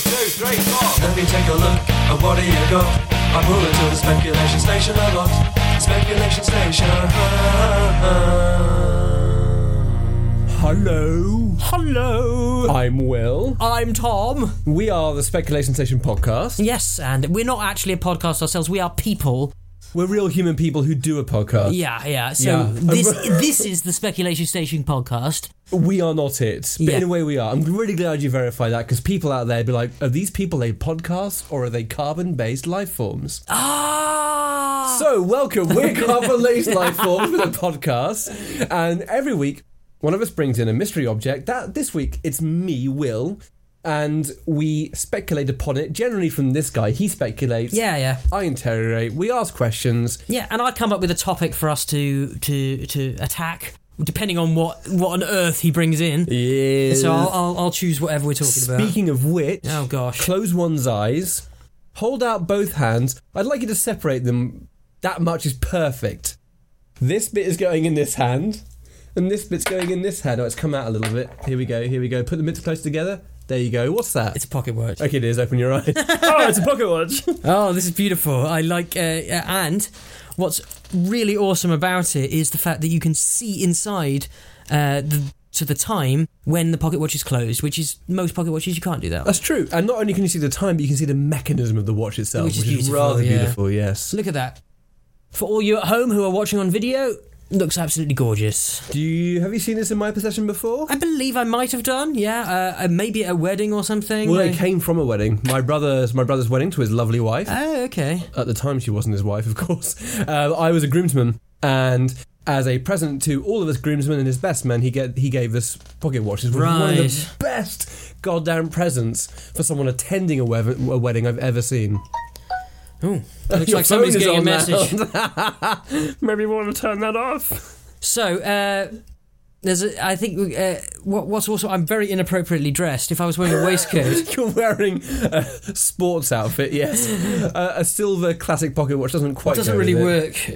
straight off. Let me take a look at what do you got. I'm moving to the speculation station a lot. Speculation station. Hello. Hello. I'm Will. I'm Tom. We are the Speculation Station podcast. Yes, and we're not actually a podcast ourselves. We are people. We're real human people who do a podcast. Yeah, yeah. So Yeah. this this is the Speculation Station podcast. We are not it, but Yeah. in a way we are. I'm really glad you verified that because people out there be like, are these people a podcast or are they carbon based life forms? Ah. So, welcome. We're Carbon Lace Life Forms with a podcast. And every week, one of us brings in a mystery object. That This week, it's me, Will. And we speculate upon it, generally from this guy. He speculates. Yeah, yeah, I interrogate. We ask questions. yeah. And I come up with a topic for us to to to attack, depending on what what on earth he brings in. Yeah. So I'll, I'll, I'll choose whatever we're talking about. Speaking of which, Oh, gosh. close one's eyes, hold out both hands. I'd like you to separate them. That much is perfect. This bit is going in this hand, and this bit's going in this hand. Oh, it's come out a little bit. Here we go. Here we go. Put the bits close together. There you go. What's that? It's a pocket watch. okay, it is. Open your eyes. oh, it's a pocket watch. Oh, this is beautiful. I like, uh, uh, and what's really awesome about it is the fact that you can see inside uh, the, to the time when the pocket watch is closed, which is most pocket watches you can't do that. That's true. And not only can you see the time, but you can see the mechanism of the watch itself, Which which is is, beautiful, rather yeah. beautiful. Yes. Look at that. For all you at home who are watching on video, looks absolutely gorgeous. Do you have you seen this in my possession before? I believe I might have done, yeah, uh, uh, maybe at a wedding or something. Well, it Like- came from a wedding. My brother's my brother's wedding to his lovely wife. Oh, okay. At the time, she wasn't his wife, of course. Uh, I was a groomsman, and as a present to all of us groomsmen and his best men, he get he gave us pocket watches, which was one of Right. the best goddamn presents for someone attending a, wev- a wedding I've ever seen. Oh, looks Your like somebody's phone is getting a on message. now. Maybe we want to turn that off. So uh, there's, a, I think, uh, what, what's also I'm very inappropriately dressed. If I was wearing a waistcoat, You're wearing a sports outfit, yes. Uh, a silver classic pocket watch doesn't quite it doesn't go with really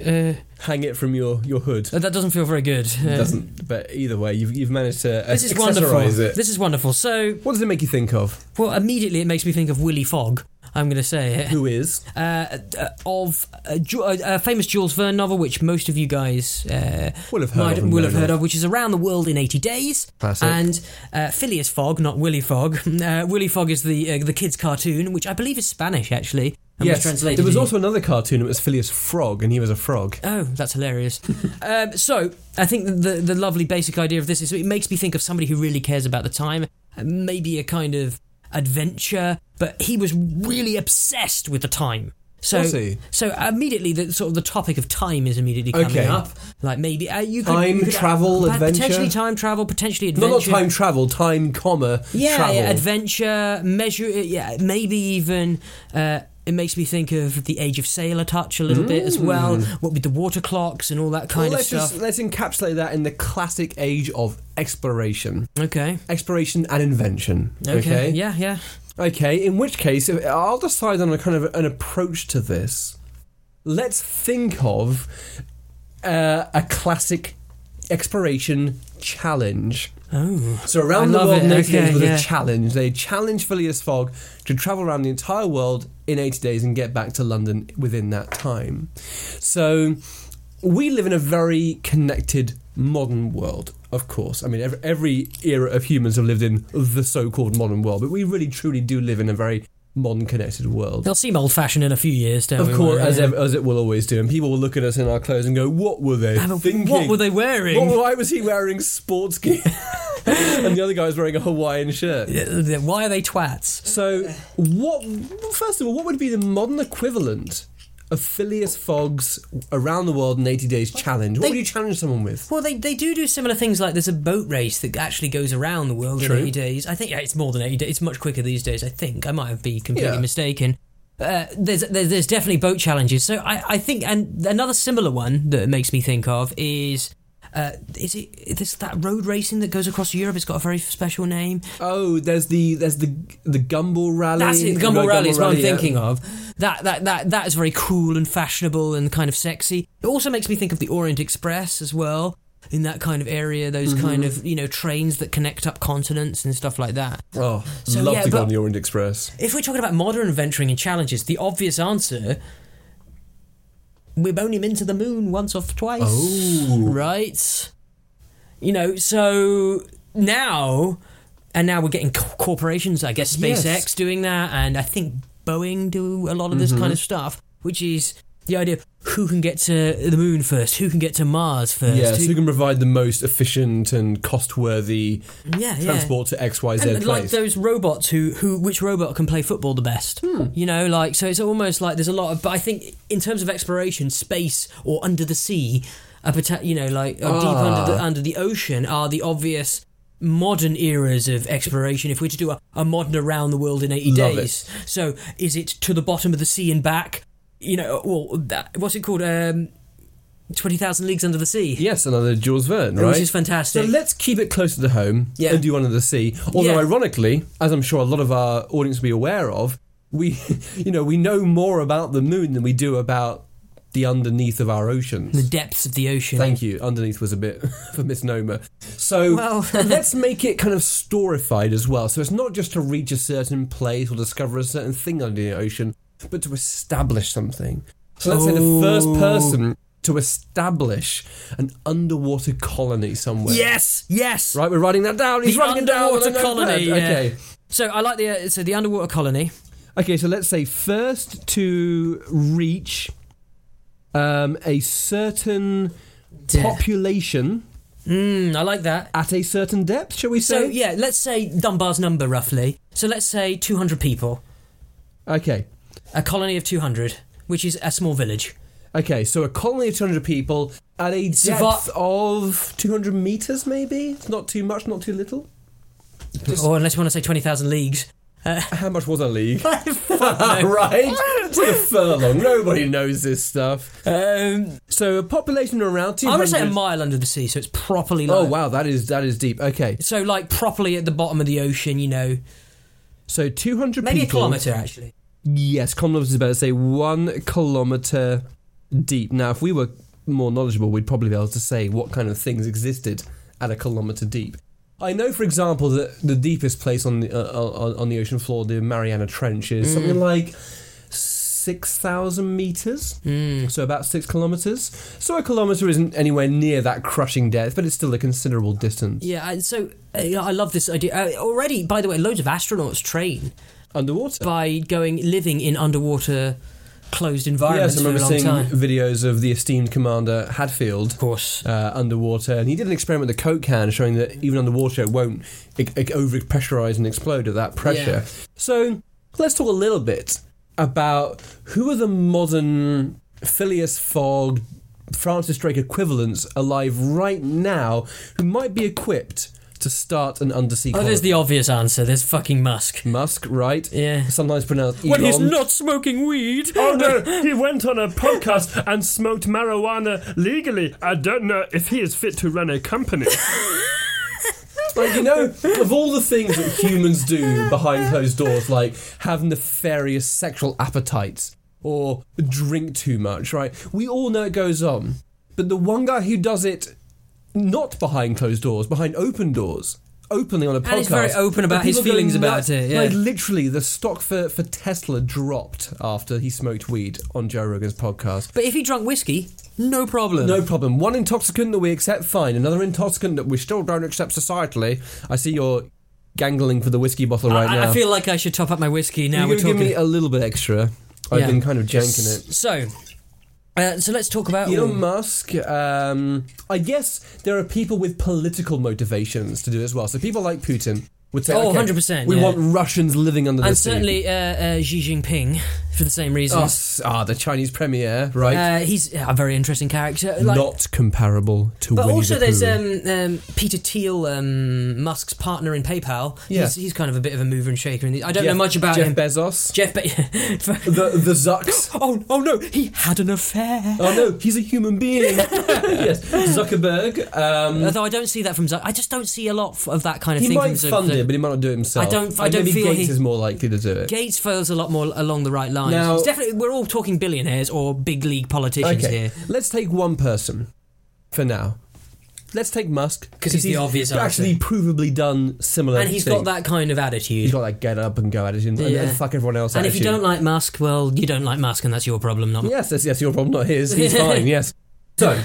it. work. Uh, Hang it from your your hood. that doesn't feel very good. Uh, doesn't, but either way, you've, you've managed to uh, This is wonderful. accessorize it. This is wonderful. So, What does it make you think of? well, immediately it makes me think of Willy Fogg. I'm going to say it. Who is? Uh, uh, of a, Ju- a a famous Jules Verne novel, which most of you guys uh, Will have heard might- of and will known have heard of, which is Around the World in 80 Days. Classic. And uh, Phileas Fogg, not Willy Fogg. Uh, Willy Fogg is the uh, the kids' cartoon, which I believe is Spanish, actually. And was translated there was in- also another cartoon. It was Phileas Frog, and he was a frog. Oh, that's hilarious. um, so, I think the, the the lovely basic idea of this is it makes me think of somebody who really cares about the time, and maybe a kind of adventure, but he was really obsessed with the time. So, Was he? so immediately the sort of the topic of time is immediately coming Okay. up. Like maybe uh, you could, Time you could- travel, but potentially adventure? time travel, potentially No, adventure. not time travel. Time, comma yeah, travel. yeah, adventure, measure. Yeah, maybe even. Uh, it makes me think of the Age of Sailor touch a little bit as well. What with the water clocks and all that Mm. Well, kind of let's stuff. just let's encapsulate that in the classic age of exploration, Okay. exploration and invention. Okay. Yeah, yeah. Okay, in which case, if- I'll decide on a kind of an approach to this. Let's think of uh, a classic exploration challenge. Oh. So around I the love world it. in 80 Okay, days was yeah. a challenge. They challenged Phileas Fogg to travel around the entire world in 80 days and get back to London within that time. So we live in a very connected modern world, of course. I mean, every, every era of humans have lived in the so-called modern world, but we really truly do live in a very modern connected world. They'll seem old fashioned in a few years, don't Of we? course, Maria? as, ev- as it will always do, and people will look at us in our clothes and go, "What were they Yeah, but thinking? What were they wearing? Well, why was he wearing sports gear? and the other guy was wearing a Hawaiian shirt. Uh, Why are they twats? So, what? First of all, what would be the modern equivalent of Phileas Fogg's Around the World in 80 Days challenge? What They- would you challenge someone with? Well, they, they do do similar things like there's a boat race that actually goes around the world True. in 80 days. I think yeah, it's more than 80 days. It's much quicker these days, I think. I might have been completely Yeah. mistaken. Uh, there's, there's there's definitely boat challenges. So I, I think and another similar one that it makes me think of is uh, is it this that road racing that goes across Europe? It's got a very special name. Oh, there's the there's the the Gumball Rally. That's it. The Gumball Rally is what I'm Rally, yeah. thinking of. That, that that that is very cool and fashionable and kind of sexy. It also makes me think of the Orient Express as well. in that kind of area, those kind Mm-hmm. of you know trains that connect up continents and stuff like that. Oh, So, love yeah, to go but- on the Orient Express. If we're talking about modern adventuring and challenges, the obvious answer. We've only been to the moon once or twice. Oh. Right? You know, so now, and now we're getting co- corporations, I guess Yes. SpaceX doing that, and I think Boeing do a lot of this Mm-hmm. kind of stuff, which is the idea of who can get to the moon first, who can get to Mars first. Yes, who- who can provide the most efficient and cost-worthy yeah, yeah. transport to X, Y, Z and like place? those robots who who which robot can play football the best Hmm. you know like so it's almost like there's a lot of but i think in terms of exploration space or under the sea a pota- you know like or deep under Ah. the, under the ocean are the obvious modern eras of exploration if we're to do a, a modern around the world in 80 Love days so is it to the bottom of the sea and back you know well that, what's it called um 20,000 leagues under the sea Yes, another Jules Verne, right? which is fantastic So let's keep it closer to home Yeah. and do under the sea. Although, Yeah. ironically, as I'm sure a lot of our audience will be aware of, we, you know, we know more about the moon than we do about the underneath of our the oceans. depths of the ocean Thank you. Underneath was a bit of a misnomer. So Well- let's make it kind of storified as well. So it's not just to reach a certain place or discover a certain thing under the ocean, but to establish something. So let's say the first Oh. person to establish an underwater colony somewhere. yes yes Right, we're writing that down. He's The writing it down. on a underwater notepad. colony, yeah. Okay. So I like the uh, so the underwater colony. Okay, so let's say first to reach um, a certain Depth. population Mm, I like that. at a certain depth, shall we So say? yeah, let's say Dunbar's number roughly. So let's say 200 people, Okay. a colony of 200, which is a small village. Okay, so a colony of 200 people at a Sava- depth of 200 meters, maybe? It's not too much, not too little. Just- or unless you want to say 20,000 leagues. How much was a league? right? To the furlong. Nobody knows this stuff. Um, So a population of around 200. I'm gonna say a mile under the sea, so it's properly. Low. Oh, wow, that is that is deep. Okay. So like properly at the bottom of the ocean, you know, So 200 maybe a people. kilometer actually. Yes, kilometers is better. Say one kilometer deep. Now, if we were more knowledgeable, we'd probably be able to say what kind of things existed at a kilometer deep. I know, for example, that the deepest place on the uh, on, on the ocean floor, the Mariana Trench, is Mm. something like six thousand meters. Mm. So about six kilometers. So a kilometer isn't anywhere near that crushing depth, but it's still a considerable distance Yeah. and So uh, I love this idea. Uh, already, by the way, loads of astronauts train underwater. by going living in underwater closed environments yes, I remember for a long seeing time. videos of the esteemed commander Hadfield. Of course. uh, underwater, and he did an experiment with a coke can, showing that even underwater it won't it, it over pressurize and explode at that pressure. Yeah. So let's talk a little bit about who are the modern Phileas Fogg, Francis Drake equivalents alive right now who might be equipped to start an undersea. Oh, there's colony? the obvious answer. There's fucking Musk. Musk, right? Yeah. Sometimes pronounced Elon. smoking weed. Oh no, he went on a podcast and smoked marijuana legally. I don't know if he is fit to run a company. Like you know, of all the things that humans do behind closed doors, like have nefarious sexual appetites or drink too much, right? We all know it goes on, but the one guy who does it not behind closed doors, behind open doors, openly on a podcast, And he's very open about and his people go feelings about nuts. it, yeah. Like literally, the stock for for Tesla dropped after he smoked weed on Joe Rogan's podcast. But if he drank whiskey, no problem. No problem. One intoxicant that we accept, fine. Another intoxicant that we still don't accept societally. I see you're gangling for the whiskey bottle right I, now. I feel like I should top up my whiskey now. You're we're gonna give talking. me a little bit extra. I've Yeah. been kind of janking it. so, uh, so let's talk about. Elon Musk, um, I guess there are people with political motivations to do it as well. So people like Putin would say, Oh, okay, 100%, We yeah. want Russians living under the and sea." certainly uh, uh, Xi Jinping for the same Oh, reasons. s- ah, the Chinese premier, right? Uh, he's a very interesting character. Like, Not comparable to but Winnie also, the there's Pooh. um, um, Peter Thiel, um, Musk's partner in PayPal. Yeah. He's, he's kind of a bit of a mover and shaker. In the, I don't Jeff- know much about Jeff him. Bezos, Jeff Be- for- the the Zucks. Oh, oh no, he had an affair. Oh no, he's a human being. yes, Zuckerberg. Um, Although I don't see that from Zuck. I just don't see a lot f- of that kind of he thing. might from Zuck- fund Zuck- it, but he might not do it himself. I don't- I Like, don't maybe feel Gates he- is more likely to do it. Gates feels a lot more along the right lines. Now- It's definitely, we're all talking billionaires or big league politicians okay, here. let's take one person for now. let's take Musk 'Cause he's the obvious actually provably done similar. and he's got things. that kind of attitude. He's got that get up and go attitude and, Yeah. and fuck everyone else. and if you attitude. don't like Musk, well, you don't like Musk, and that's your problem, not mine. Yes, that's, that's your problem, not his. He's fine. Yes. So,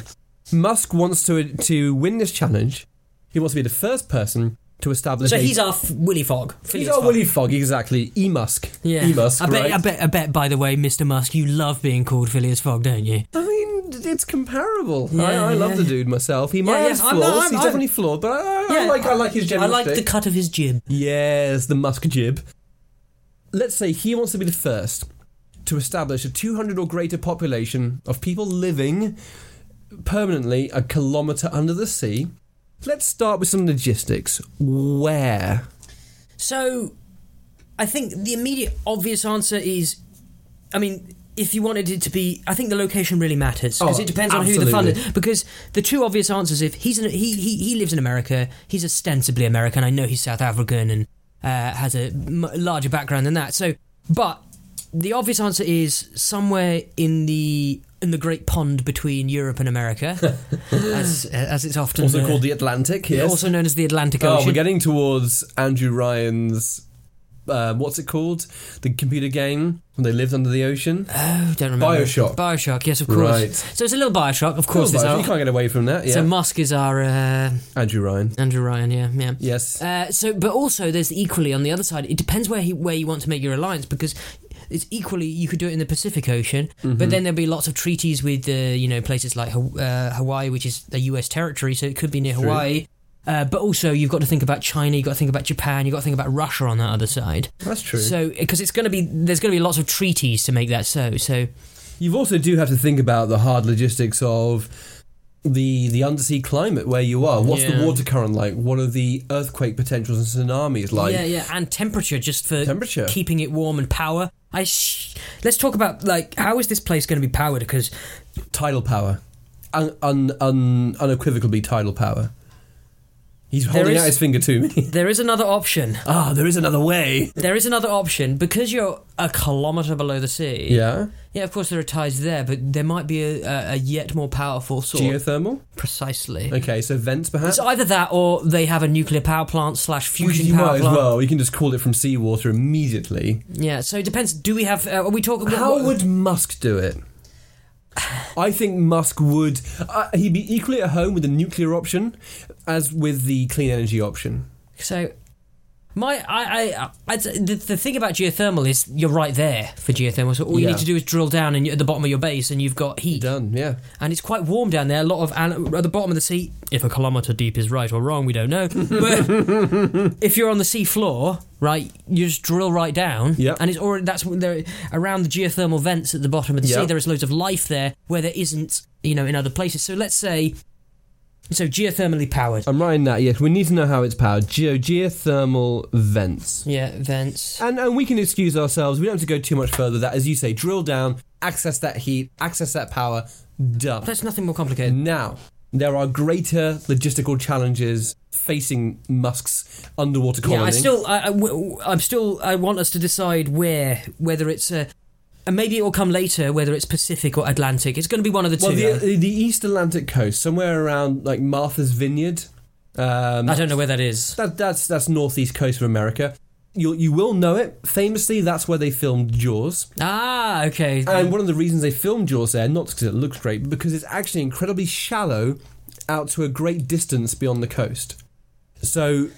Musk wants to to win this challenge. He wants to be the first person to establish. So a- he's our F- Willy Fogg. he's Phileas our Fogg. Willy Fogg, exactly. E Musk. Yeah. E Musk. I bet, right? I bet, I bet, by the way, Mr. Musk, you love being called Phileas Fogg, don't you? I mean, it's comparable. I, Yeah, I love yeah, the yeah. dude myself. He might yeah, have I'm flaws. not- I'm- he's I'm- definitely flawed, but I, I, Yeah, like I like his general I like the shtick. cut of his jib. Yes, the Musk jib. Let's say he wants to be the first to establish a 200 or greater population of people living permanently a kilometre under the sea. Let's start with some logistics. Where? So, I think the immediate obvious answer is, I mean, if you wanted it to be, I think the location really matters because Oh, it depends on who the absolutely. funder. Because the two obvious answers, if he's an, he, he he lives in America, he's ostensibly American. I know he's South African and uh, has a m- larger background than that. So, but the obvious answer is somewhere in the in the great pond between Europe and America, as as it's often Also uh, called the Atlantic. Yes. also known as the Atlantic oh, Ocean. we're getting towards Andrew Ryan's. Uh, what's it called? The computer game when they lived under the ocean. Oh, don't remember. Bioshock. Bioshock, yes, of course. Right. So it's a little Bioshock, of course. Cool, it's though. our, you can't get away from that. Yeah. So Musk is our uh, Andrew Ryan. Andrew Ryan, yeah, yeah. Yes. Uh, so, but also there's equally on the other side. It depends where he, where you want to make your alliance because it's equally you could do it in the Pacific Ocean, Mm-hmm. but then there'll be lots of treaties with uh, you know places like Ha- uh, Hawaii, which is a U.S. territory, so it could be near Hawaii. Uh, but also you've got to think about China, you've got to think about Japan, you've got to think about Russia on that other side. That's true. So because it's going to be there's going to be lots of treaties to make that so. So You've also do have to think about the hard logistics of the the undersea climate where you are. What's Yeah. the water current like? What are the earthquake potentials and tsunamis like? yeah, yeah, and temperature just for Temperature. keeping it warm and power. I sh- let's talk about like how is this place going to be powered? Because Tidal power, un, un, un, unequivocally tidal power. He's holding is- out his finger to me. there is another option. ah, there is another way. There is another option because you're a kilometer below the sea. Yeah, yeah. Of course, there are tides there, but there might be a, a, a yet more powerful source. geothermal. precisely. Okay, so vents perhaps. It's either that or they have a nuclear power plant slash fusion you power might as plant. well. You can just call it from seawater immediately. Yeah. So it depends. Do we have? Uh, are we talking? How what- would Musk do it? I think Musk would. Uh, he'd be equally at home with the nuclear option as with the clean energy option. So, my I I I'd say the, the thing about geothermal is you're right there for geothermal. So all you Yeah. need to do is drill down and you're at the bottom of your base and you've got heat, Done, yeah. and it's quite warm down there. A lot of and at the bottom of the sea, if a kilometre deep is right or wrong, we don't know. But if you're on the sea floor, right, you just drill right down, Yep. and it's already that's when there around the geothermal vents at the bottom of the sea. Yep. There is loads of life there where there isn't, you know, in other places. So let's say. So geothermally powered. I'm writing that. Yes, we need to know how it's powered. Geo geothermal vents, Yeah, vents. and and we can excuse ourselves. We don't have to go too much further. That, as you say, drill down, access that heat, access that power. Done. That's nothing more complicated. Now there are greater logistical challenges facing Musk's underwater colony. Yeah, I still, I, I, w- I'm still, I want us to decide where, whether it's a, and maybe it will come later, whether it's Pacific or Atlantic. It's going to be one of the Well, two. the, the, the East Atlantic coast, somewhere around like Martha's Vineyard. Um, I don't know where that is. that, that's that's northeast coast of America. You you will know it. Famously, that's where they filmed Jaws. Ah, okay. And one of the reasons they filmed Jaws there, not because it looks great, but because it's actually incredibly shallow, out to a great distance beyond the coast. So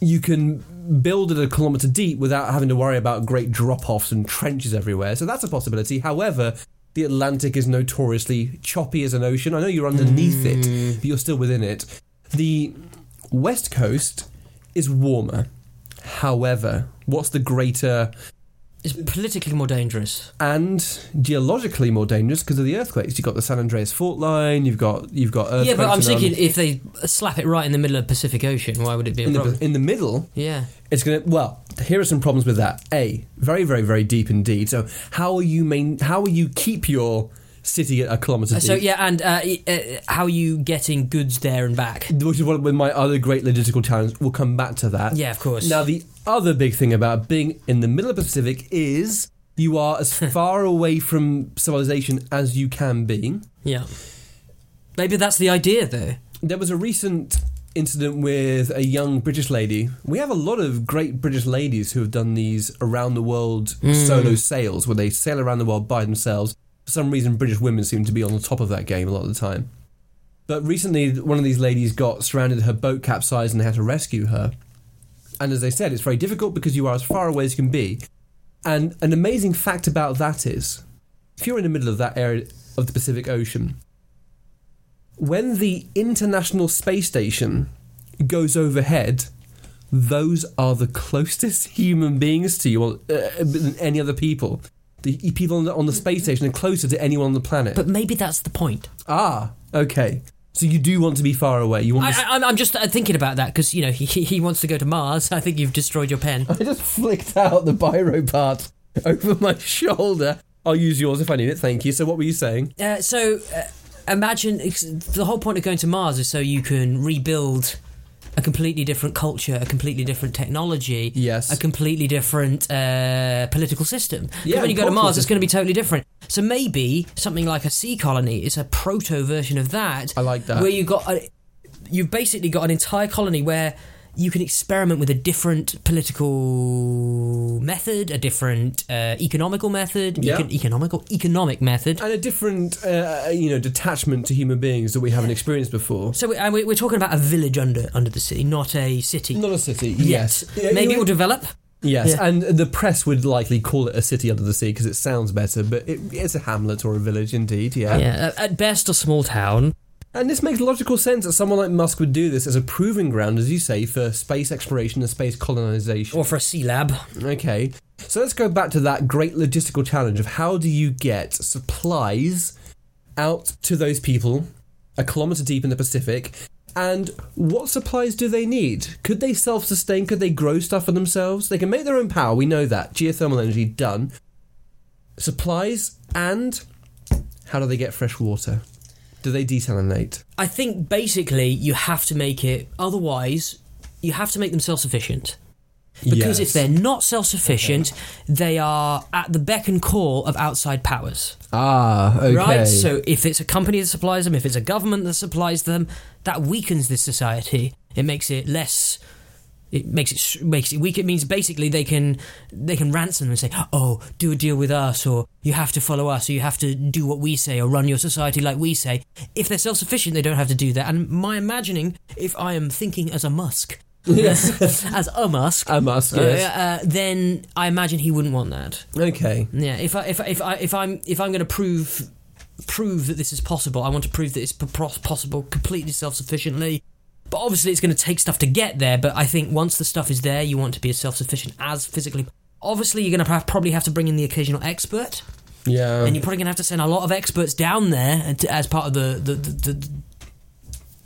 you can build it a kilometre deep without having to worry about great drop offs and trenches everywhere. So that's a possibility. However, the Atlantic is notoriously choppy as an ocean. I know you're underneath it, but you're still within it. The west coast is warmer. However, what's the greater it's politically more dangerous. and geologically more dangerous because of the earthquakes. You've got the San Andreas fault line. You've got you've got earthquakes Yeah, but I'm around- thinking if they slap it right in the middle of Pacific Ocean, why would it be a in problem? the, in the middle, yeah. it's going to. Well, here are some problems with that. A, very very very deep indeed. So how are you main? How will you keep your city at a kilometre deep? So yeah, and uh, y- uh, how are you getting goods there and back? Which is what with my other great logistical challenge. We'll come back to that. Yeah, of course. Now the other big thing about being in the middle of the Pacific is you are as far away from civilization as you can be. Yeah. Maybe that's the idea, though. there was a recent incident with a young British lady. We have a lot of great British ladies who have done these around the world solo sails where they sail around the world by themselves. For some reason, British women seem to be on the top of that game a lot of the time. But recently, one of these ladies got surrounded, her boat capsized, and they had to rescue her. And as I said, it's very difficult because you are as far away as you can be. And an amazing fact about that is if you're in the middle of that area of the Pacific Ocean, when the International Space Station goes overhead, those are the closest human beings to you uh, than any other people. The people on the, on the space station are closer to anyone on the planet. But maybe that's the point. ah, okay. So you do want to be far away. You want I, to. I, I'm- I'm just uh, thinking about that because you know he, he he wants to go to Mars. I think you've destroyed your pen. I just flicked out the biro part over my shoulder. I'll use yours if I need it. Thank you. So what were you saying? Uh, so uh, imagine it's- the whole point of going to Mars is so you can rebuild a completely different culture, a completely different technology, Yes. a completely different uh, political system. 'Cause Yeah, when you go to cultural Mars, it's system. going to be totally different. So maybe something like a sea colony is a proto version of that. I like that. Where you got a, you've basically got an entire colony where you can experiment with a different political method, a different uh, economical method, Yeah. econ- economical economic method. And a different, uh, you know, detachment to human beings that we haven't experienced before. So we, and we- we're talking about a village under under the sea, not a city. Not a city. yet. Yes. Maybe it will develop. Yes, Yeah. and the press would likely call it a city under the sea because it sounds better, but it, it's a hamlet or a village indeed, yeah. Yeah, uh, at- at best a small town. And this makes logical sense that someone like Musk would do this as a proving ground, as you say, for space exploration and space colonization. Or for a sea lab. Okay, so let's go back to that great logistical challenge of how do you get supplies out to those people a kilometre deep in the Pacific? And what supplies do they need? Could they self sustain? Could they grow stuff for themselves? They can make their own power, we know that. Geothermal energy, done. Supplies, and how do they get fresh water? Do they desalinate? I think basically you have to make it. Otherwise, you have to make them self sufficient. Because if they're not self sufficient, they are at the beck and call of outside powers. Ah, okay. Right? So if it's a company that supplies them, if it's a government that supplies them, that weakens this society. It makes it less. It makes it s- makes it weak. It means basically they can they can ransom them and say, "Oh, do a deal with us, or you have to follow us, or you have to do what we say, or run your society like we say." If they're self sufficient, they don't have to do that. And my imagining, if I am thinking as a Musk, as a Musk, A Musk, uh, yes. uh, then I imagine he wouldn't want that. Okay. Yeah, if I if I, if I if I'm if I'm going to prove prove that this is possible, I want to prove that it's p- pros- possible completely self-sufficiently. But obviously, it's going to take stuff to get there. But I think once the stuff is there, you want to be as self-sufficient as physically. Obviously, you're going to probably have to bring in the occasional expert, Yeah. and you're probably going to have to send a lot of experts down there and to- as part of the the the, the,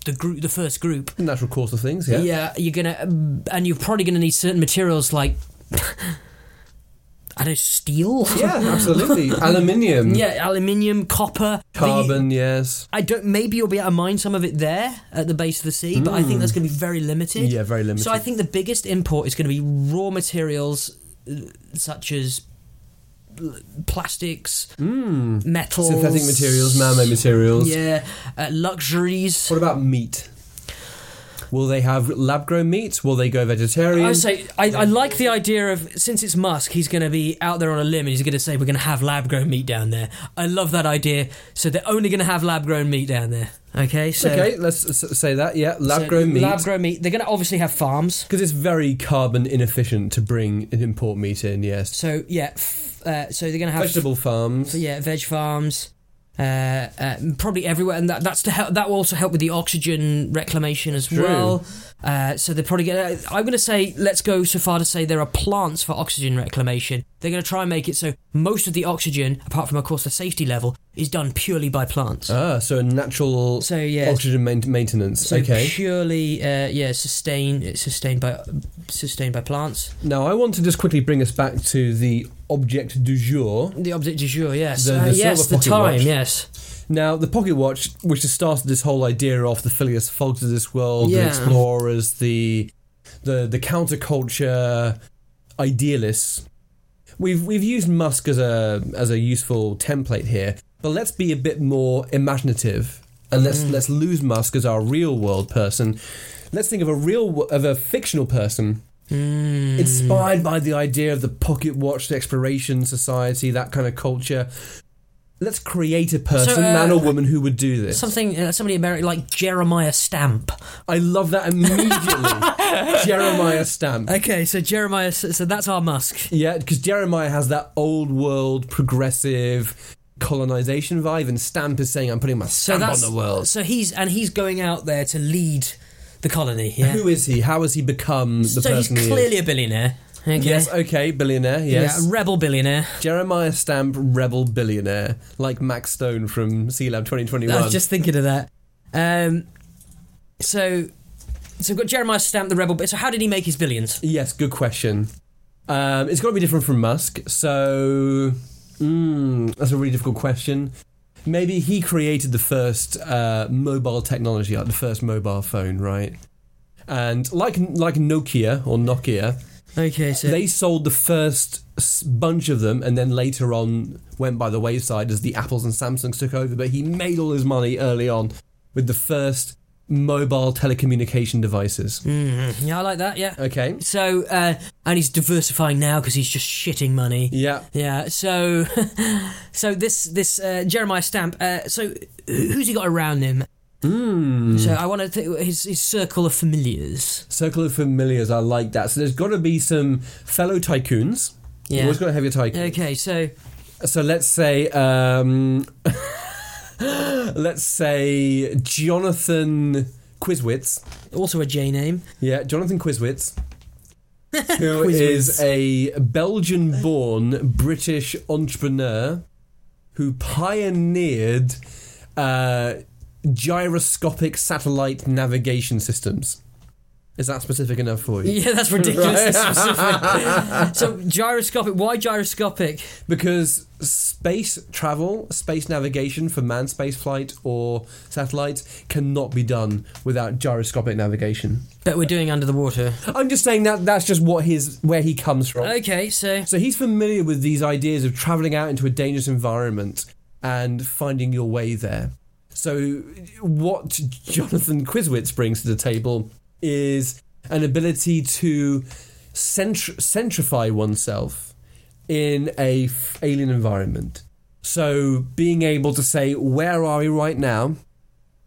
the group, the first group. Natural course of things, yeah. Yeah. you're gonna, um, and you're probably gonna need certain materials like, I don't know, steel. Yeah, absolutely. Aluminium. Yeah, aluminium, copper, but you- Mm. Carbon, yes. I don't. Maybe you'll be able to mine some of it there at the base of the sea, but I think that's going to be very limited. Mm. Yeah, very limited. So I think the biggest import is going to be raw materials uh, such as l- plastics, metals, Mm. Synthetic materials, man made materials. Yeah, uh, luxuries. What about meat? Will they have lab grown meat? Will they go vegetarian? I would say I, I like the idea of since it's Musk, he's going to be out there on a limb and he's going to say we're going to have lab-grown meat down there. I love that idea. So they're only going to have lab-grown meat down there. Okay, so okay, let's s- say that. Yeah, lab so grown meat. Lab-grown meat. They're going to obviously have farms. because it's very carbon inefficient to bring and import meat in, yes. So yeah, f- uh, so they're going to have Vegetable farms. So yeah, veg farms. Uh, uh, probably everywhere, and that, that's to help. That will also help with the oxygen reclamation as True. well. Uh, so they're probably going. to... I'm going to say, let's go so far to say there are plants for oxygen reclamation. They're going to try and make it so most of the oxygen, apart from of course the safety level, is done purely by plants. Ah, so a natural So, yeah. oxygen main- maintenance. so okay. purely, uh, yeah, sustained, it's sustained by, sustained by plants. now, I want to just quickly bring us back to the objet du jour. The object du jour, yes, The- the Uh, yes, silver the pocket time, watch. yes. Now, the pocket watch, which has started this whole idea of the Phileas Foggs of this world, Yeah. the explorers, the the the counterculture idealists. We've we've used Musk as a as a useful template here, but let's be a bit more imaginative and let's Mm. let's lose Musk as our real world person. Let's think of a real wo- of a fictional person Mm. inspired by the idea of the pocket watch, the exploration society, that kind of culture. Let's create a person, So, uh, man or woman, who would do this. Something, uh, somebody American like Jeremiah Stamp. I love that immediately. Jeremiah Stamp. Okay, so Jeremiah, so so that's our Musk. Yeah, because Jeremiah has that old world progressive colonization vibe, and Stamp is saying, "I'm putting my So stamp on that's the world." So he's and he's going out there to lead the colony. Yeah. Who is he? How has he become the so he's person he is? clearly a billionaire. Okay. Yes, okay, billionaire. Yes, Yeah, a rebel billionaire. Jeremiah Stamp, rebel billionaire, like Max Stone from C Lab I 2021. was just thinking of that. Um, so, so we've got Jeremiah Stamp, the rebel. bi- So how did he make his billions? Yes, good question. Um, it's got to be different from Musk, so mm, that's a really difficult question. Maybe he created the first uh, mobile technology, like the first mobile phone, right? And like like Nokia or Nokia, Okay, so they sold the first s- bunch of them and then later on went by the wayside as the apples and samsungs took over but he made all his money early on with the first mobile telecommunication devices Mm. yeah, I like that. Yeah. okay So uh, and he's diversifying now because he's just shitting money. yeah Yeah, so so this this uh, Jeremiah Stamp. Uh, so who's he got around him? Hmm. So I want to think his his circle of familiars. circle of familiars i like that so there's got to be some fellow tycoons You've Yeah. always got to have your tycoon Okay, so so let's say um let's say jonathan quizwitz also a J name. Yeah, Jonathan Quizwitz, who Quizwitz. is a Belgian born British entrepreneur who pioneered uh, gyroscopic satellite navigation systems. Is that specific enough for you? Yeah, that's ridiculous. Right. specific. so gyroscopic. Why gyroscopic? Because space travel, space navigation for manned space flight or satellites cannot be done without gyroscopic navigation. Bet we're doing under the water. I'm just saying that that's just what his where he comes from. Okay, so So he's familiar with these ideas of traveling out into a dangerous environment and finding your way there. So, what Jonathan Quizwitz brings to the table is an ability to centr- centrify oneself in a f- alien environment. So, being able to say, where are we right now?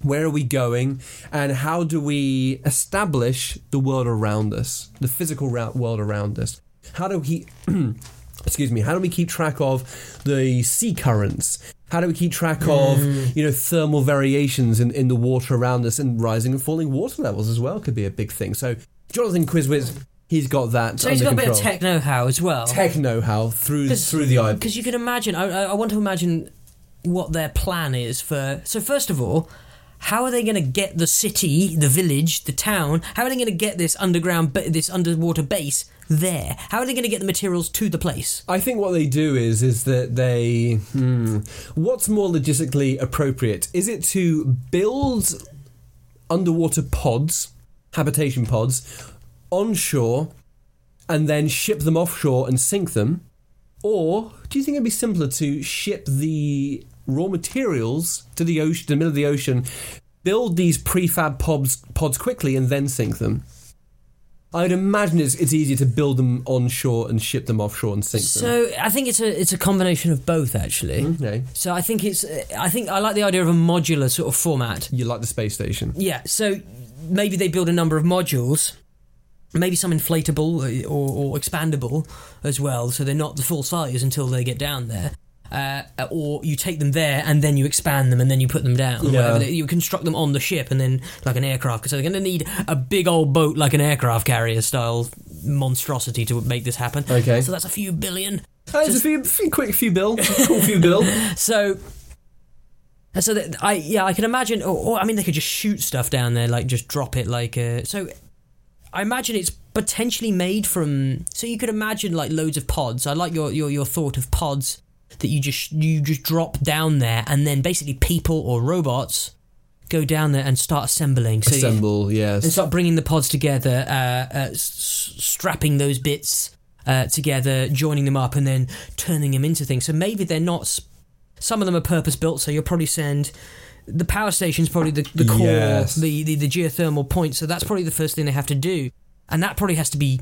Where are we going? And how do we establish the world around us, the physical ra- world around us? How do we, excuse me, how do we keep track of the sea currents? How do we keep track Mm. of, you know, thermal variations in, in the water around us and rising and falling water levels as well could be a big thing. So Jonathan Quizwiz, he's got that. so he's got under a bit of control. tech know-how as well. tech know-how through 'Cause- through the eye. Because you can imagine. I, I I want to imagine what their plan is for. So first of all, how are they going to get the city, the village, the town? How are they going to get this underground, ba- this underwater base there? How are they going to get the materials to the place? I think what they do is is that they hmm, what's more logistically appropriate is it to build underwater pods, habitation pods, onshore, and then ship them offshore and sink them, or do you think it'd be simpler to ship the raw materials to the ocean, the middle of the ocean, build these prefab pods pods quickly and then sink them? I'd imagine it's, it's easier to build them onshore and ship them offshore and sink them. So I think it's a it's a combination of both actually. Okay. So I think it's I think I like the idea of a modular sort of format. You like the space station. Yeah. So maybe they build a number of modules. Maybe some inflatable uh, or, or expandable as well, so they're not the full size until they get down there. Uh, or you take them there and then you expand them and then you put them down. or Yeah. whatever. You construct them on the ship and then like an aircraft. So they're going to need a big old boat like an aircraft carrier style monstrosity to make this happen. Okay. So that's a few billion. That's Uh, a few, few- quick few bill. cool few bill. So, so that I yeah, I can imagine. Or, or I mean, they could just shoot stuff down there, like just drop it, like uh, so. I imagine it's potentially made from. So you could imagine like loads of pods. I like your your your thought of pods that you just you just drop down there, and then basically people or robots go down there and start assembling. So you- Assemble, and yes. start bringing the pods together, uh, uh, s- s- strapping those bits uh, together, joining them up, and then turning them into things. So maybe they're not. s- Some of them are purpose built, so you'll probably send the power station's probably the, the core, Yes. the, the, the geothermal point. So that's probably the first thing they have to do. And that probably has to be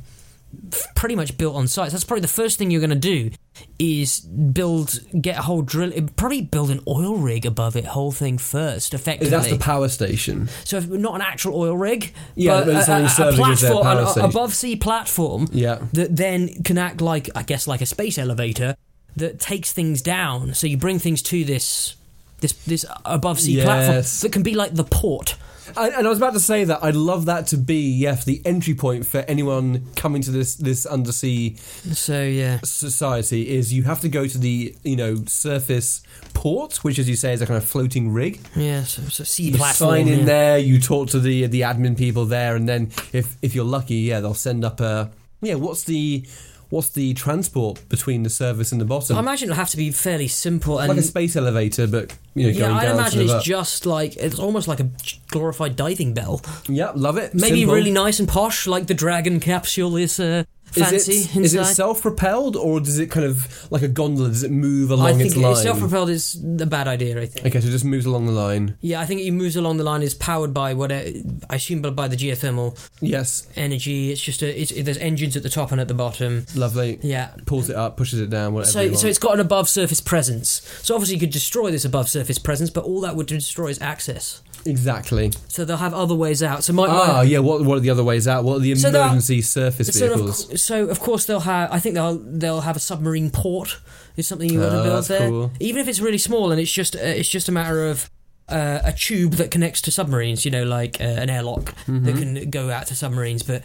f- pretty much built on site. So that's probably the first thing you're going to do is build, get a whole drill, probably build an oil rig above it, whole thing first, effectively. That's the power station. so if, not an actual oil rig, Yeah, but it's a, only a- a serving as their platform, power an station. above sea platform Yeah. that then can act like I guess like a space elevator that takes things down. So you bring things to this this this above sea platform Yes. that can be like the port. I, and I was about to say that I'd love that to be yes the entry point for anyone coming to this this undersea So yeah. society is you have to go to the you know surface port, which as you say is a kind of floating rig. Yeah, so, so sea You platform. sign in yeah. there, you talk to the the admin people there, and then if if you're lucky, yeah, they'll send up a yeah. What's the what's the transport between the surface and the bottom? I imagine it'll have to be fairly simple and like a space elevator, but you know, yeah, going I'd down imagine to it's the, just like it's almost like a glorified diving bell. yeah, love it. Maybe Simple. really nice and posh, like the dragon capsule is uh, fancy Is it, inside. is it self-propelled or does it kind of like a gondola? Does it move along I think its line? self-propelled is a bad idea. I think. okay, so it just moves along the line. Yeah, I think it moves along the line. Is powered by what I I assume by the geothermal Yes, energy. It's just a it's, there's engines at the top and at the bottom. lovely. Yeah. Pulls it up, pushes it down, whatever. you So, want. so it's got an above surface presence. So obviously you could destroy this above surface presence, but all that would destroy is access. exactly. So they'll have other ways out. So my, Ah, my yeah. What what are the other ways out? What are the Oh. So there are- emergency surface so of, vehicles? cou- so of course they'll have. I think they'll they'll have a submarine port. Is something you want Oh, to build that's there, cool. even if it's really small and it's just uh, it's just a matter of. Uh, a tube that connects to submarines, you know, like uh, an airlock Mm-hmm. that can go out to submarines, but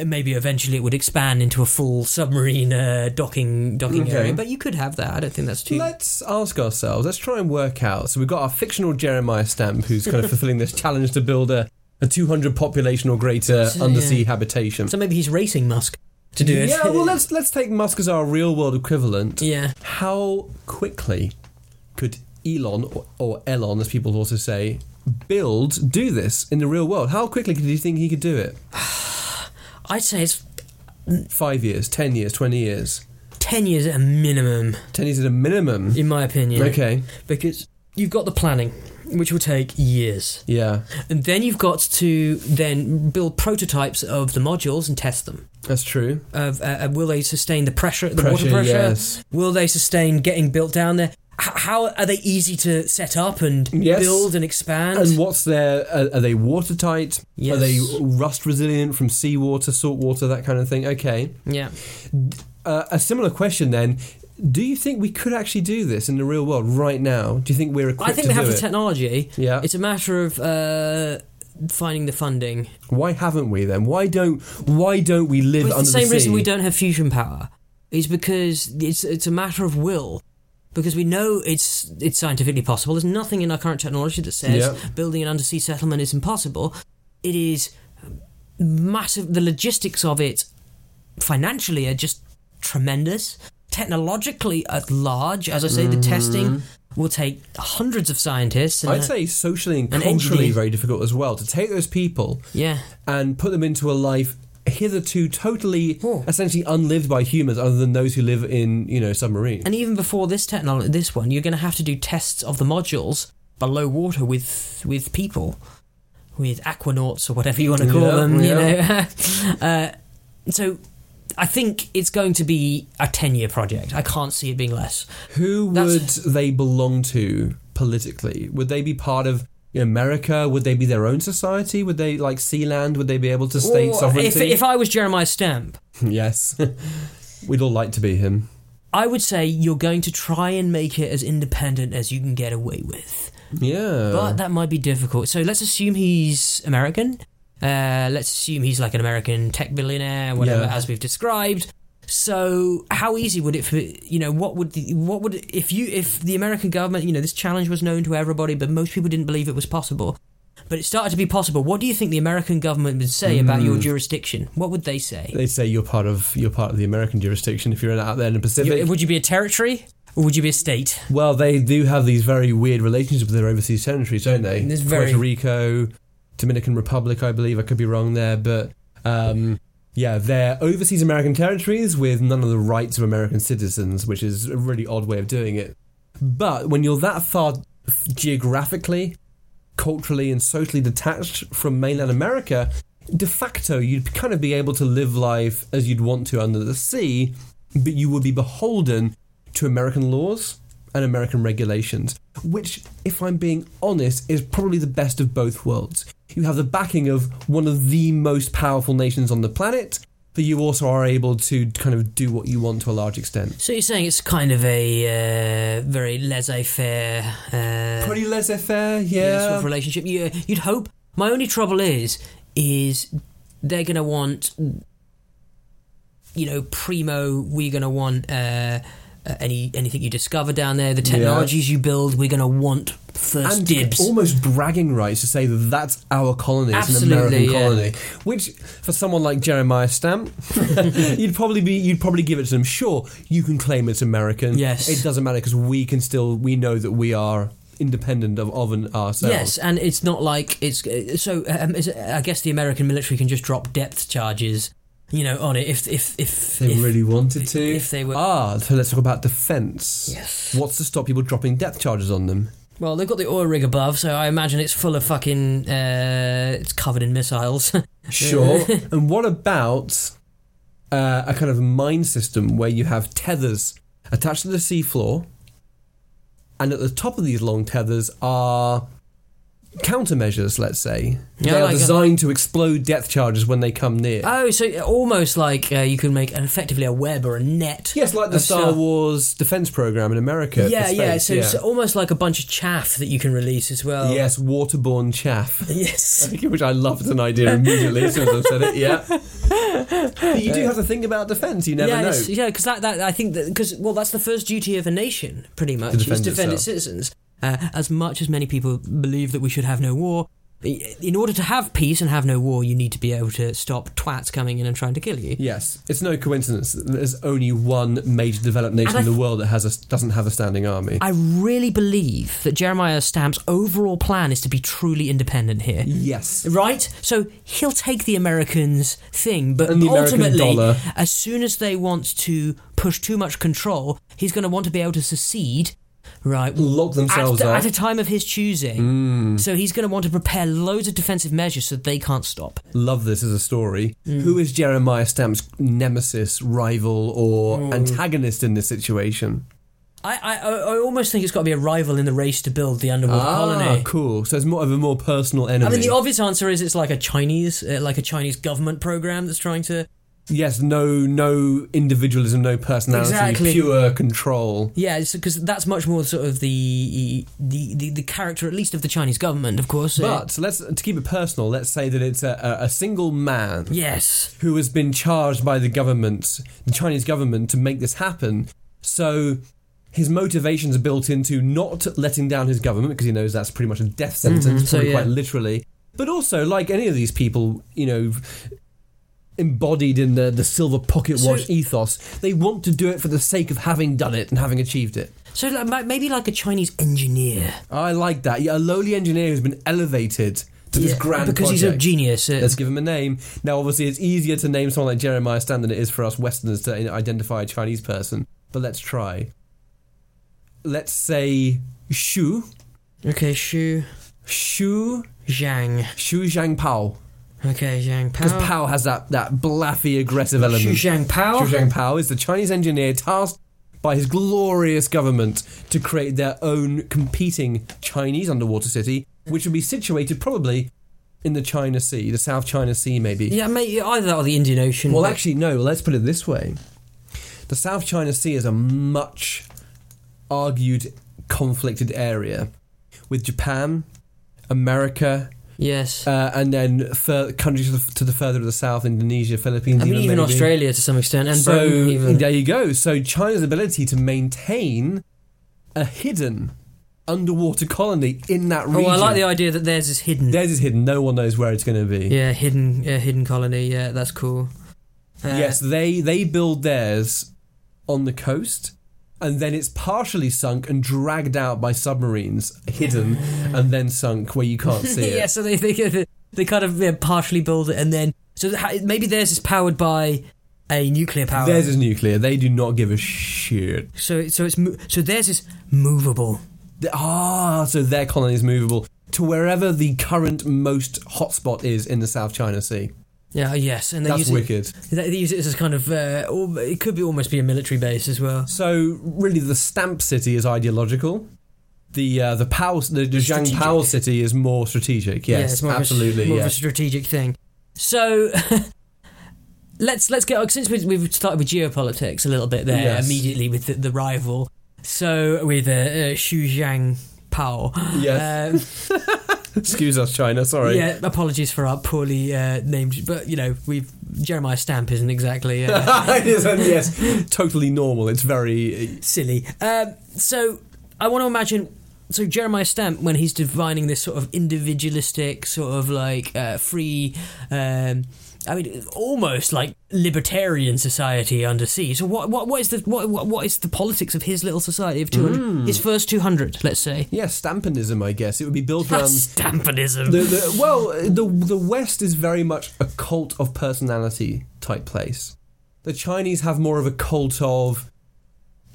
uh, maybe eventually it would expand into a full submarine uh, docking docking Okay. area. But you could have that. I don't think that's too. Let's ask ourselves. Let's try and work out. So we've got our fictional Jeremiah Stamp, who's kind of fulfilling this challenge to build a, a 200 population or greater So, undersea yeah. habitation. So maybe he's racing Musk to do it. Yeah. Well, let's let's take Musk as our real world equivalent. yeah. How quickly could Elon or, or Elon, as people also say, build do this in the real world? How quickly do you think he could do it? I'd say it's Five years, ten years, twenty years, ten years at a minimum, ten years at a minimum. in my opinion. Okay. Because you've got the planning, which will take years, Yeah, and then you've got to then build prototypes of the modules and test them. that's true. Of uh, uh, will they sustain the pressure, the water Pressure, pressure? yes. Will they sustain getting built down there? H- how are they easy to set up and Yes. build and expand? And what's their? Are, are they watertight? Are Yes. they rust resilient from seawater, saltwater, that kind of thing? Okay. yeah. Uh, a similar question then. Do you think we could actually do this in the real world right now? Do you think we're equipped I to think they have do the it? technology. Yeah. It's a matter of uh, finding the funding. Why haven't we then? Why don't Why don't we live Well, under it's the same sea? reason we don't have fusion power is because it's it's a matter of will because we know it's it's scientifically possible there's nothing in our current technology that says Yeah. building an undersea settlement is impossible it is massive the logistics of it financially are just tremendous technologically at large as i say the testing will take hundreds of scientists and Mm. I'd say socially and An culturally engineer. very difficult as well to take those people yeah and put them into a life hitherto totally Oh. essentially unlived by humans other than those who live in you know submarines And even before this technology, this one, you're going to have to do tests of the modules below water with with people, with aquanauts or whatever you want to call Yeah, them. yeah. You know, uh, so I think it's going to be a ten year project. I can't see it being less. who That's- would they belong to politically would they be part of america would they be their own society would they like sealand would they be able to state Or if, sovereignty if I was Jeremiah Stamp, yes we'd all like to be him I would say you're going to try and make it as independent as you can get away with. yeah But that might be difficult. So let's assume he's American. Uh, let's assume he's like an American tech billionaire, whatever, Yeah. as we've described. So how easy would it for you know what would the, what would if you if the American government you know this challenge was known to everybody, but most people didn't believe it was possible. But it started to be possible. What do you think the American government would say about Hmm. your jurisdiction? What would they say? they say you're part of you're part of the american jurisdiction if you're out there in the pacific You- would you be a territory or would you be a state? Well, they do have these very weird relationships with their overseas territories, don't they? It's very- Puerto Rico, Dominican Republic, I believe. I could be wrong there, but um, yeah, they're overseas American territories with none of the rights of American citizens, which is a really odd way of doing it. But when you're that far geographically culturally and socially detached from mainland America, de facto, you'd kind of be able to live life as you'd want to under the sea, but you would be beholden to American laws and American regulations, which, if I'm being honest, is probably the best of both worlds. You have the backing of one of the most powerful nations on the planet, but you also are able to kind of do what you want to a large extent. So you're saying it's kind of a uh, very laissez-faire, uh, Pretty laissez faire, sort yeah. of relationship. You, you'd hope. My only trouble is, is they're going to want, you know, primo. We're going to want uh, uh, any anything you discover down there, the technologies you build. We're going to want first and dibs. almost bragging rights to say that that's our colony, it's an American Absolutely, yeah. colony. Which, for someone like Jeremiah Stamp, you'd probably be, you'd probably give it to them. Sure, you can claim it's American. Yes. it doesn't matter because we can still, we know that we are independent of, of an ourselves. Yes, and it's not like it's uh, so. Um, is, I guess the American military can just drop depth charges, you know, on it if if if They if- really wanted to. if they were- ah, so let's talk about defence. Yes. What's to stop people dropping death charges on them? Well, they've got the oil rig above, so I imagine it's full of fucking. Uh, it's covered in missiles. Sure. and what about uh, a kind of mine system where you have tethers attached to the seafloor, and at the top of these long tethers are countermeasures, let's say. Yeah, they are like a- designed to explode death charges when they come near. oh, so almost like uh, you can make an, effectively a web or a net. yes, like the of Star stuff. Wars defense program in America. Yeah, for yeah. space, So it's almost like a bunch of chaff that you can release as well. Yes, waterborne chaff. Yes. Which I loved as an idea immediately as soon as I said it. Yeah, but you do have to think about defence. You never yeah, know. it's- yeah, because that, that I think that because well, that's the first duty of a nation, pretty much, is defend itself. defend its citizens. Uh, as much as many people believe that we should have no war, i- in order to have peace and have no war, you need to be able to stop twats coming in and trying to kill you. Yes, it's no coincidence that there's only one major developed nation And I in the th- world that has a, doesn't have a standing army. I really believe that Jeremiah Stamp's overall plan is to be truly independent here. yes, Right? So he'll take the Americans' thing, but And the American ultimately, dollar. as soon as they want to push too much control, he's going to want to be able to secede, right? lock At, themselves the- up. at a time of his Mm. choosing. So he's going to want to prepare loads of defensive measures so they can't stop. Love this as a story. Hmm. Who is Jeremiah Stamp's nemesis, rival, or Hmm. antagonist in this situation? I, I, I I almost think it's got to be a rival in the race to build the underwater colony. Ah, cool. So it's more of a more personal enemy. I mean, the obvious answer is it's like a Chinese, uh, like a Chinese government program that's trying to. yes, no, no individualism, no personality, Exactly. pure control. Yeah, because that's much more sort of the the, the the character, at least of the Chinese government, of course. Uh, But so let's to keep it personal. Let's say that it's a, a, a single man yes, who has been charged by the government, the Chinese government, to make this happen. So his motivations are built into not letting down his government because he knows that's pretty much a death sentence, Mm-hmm. so, probably quite yeah. literally. But also, like any of these people, you know, embodied in the, the silver pocket So- watch ethos, they want to do it for the sake of having done it and having achieved it. so like, ma- maybe like a Chinese engineer, I like that. Yeah, a lowly engineer who's been elevated to this Yeah, grand because he's a project. genius. uh, Let's give him a name. Now, obviously, it's easier to name someone like Jeremiah Stan than it is for us Westerners to you know, identify a Chinese person. But let's try. Let's say Xu. okay, Xu Xu. Zhang. Xu Zhang Pao. Okay, Zhang Because Pao. Pao has that, that blaffy, aggressive element. Xu Oh. Zhang Pao. Xu Zhang Pao is the Chinese engineer tasked by his glorious government to create their own competing Chinese underwater city, which would be situated probably in the China Sea, the South China Sea, maybe. Yeah, maybe either that or the Indian Ocean. Well, but- actually, no. Let's put it this way: the South China Sea is a much argued, conflicted area with Japan, America, yes. uh, and then fur- countries to the, to the further to the south, Indonesia, Philippines, I mean, even maybe. Australia to some extent, and so Britain even. there you go. So China's ability to maintain a hidden underwater colony in that Oh, region. I like the idea that theirs is hidden. Theirs is hidden. No one knows where it's going to be. yeah, hidden, uh, hidden colony. Yeah, that's cool. Uh, yes, they they build theirs on the coast, and then it's partially sunk and dragged out by submarines, hidden, and then sunk where you can't see it. yeah, so they they they kind of yeah, partially build it, and then so ha- maybe theirs is powered by a nuclear power. Theirs is nuclear. They do not give a shit. so so it's mo- so theirs is movable. They- Ah, so their colony is movable. to wherever the current most hotspot is in the South China Sea. Yeah, yes, and they That's use wicked. It, they use it as a kind of. Uh, al- it could be almost be a military base as well. So really, the stamp city is ideological. The uh, the Pao the, the Zhang Strategic. Pao city is more strategic. Yeah, Yes, it's more Of a, absolutely. more of yeah. a strategic thing. So let's let's get since we, we've started with geopolitics a little bit there Yes. immediately with the, the rival. So with uh, uh, Xu Zhang Pao. Yes. Um, Excuse us, China. Sorry. Yeah, apologies for our poorly uh, named, but you know, we've Jeremiah Stamp isn't exactly uh, It is, and yes, totally normal. It's very silly. Um, so I want to imagine. So Jeremiah Stamp, when he's defining this sort of individualistic, sort of like uh, free, um, I mean, almost like libertarian society under sea. So what what what is the what what, what is the politics of his little society of two hundred? Mm. His first two hundred, let's say. yeah, stampinism. I guess it would be built Um, around. Stampinism. The, the, well, the the West is very much a cult of personality type place. The Chinese have more of a cult of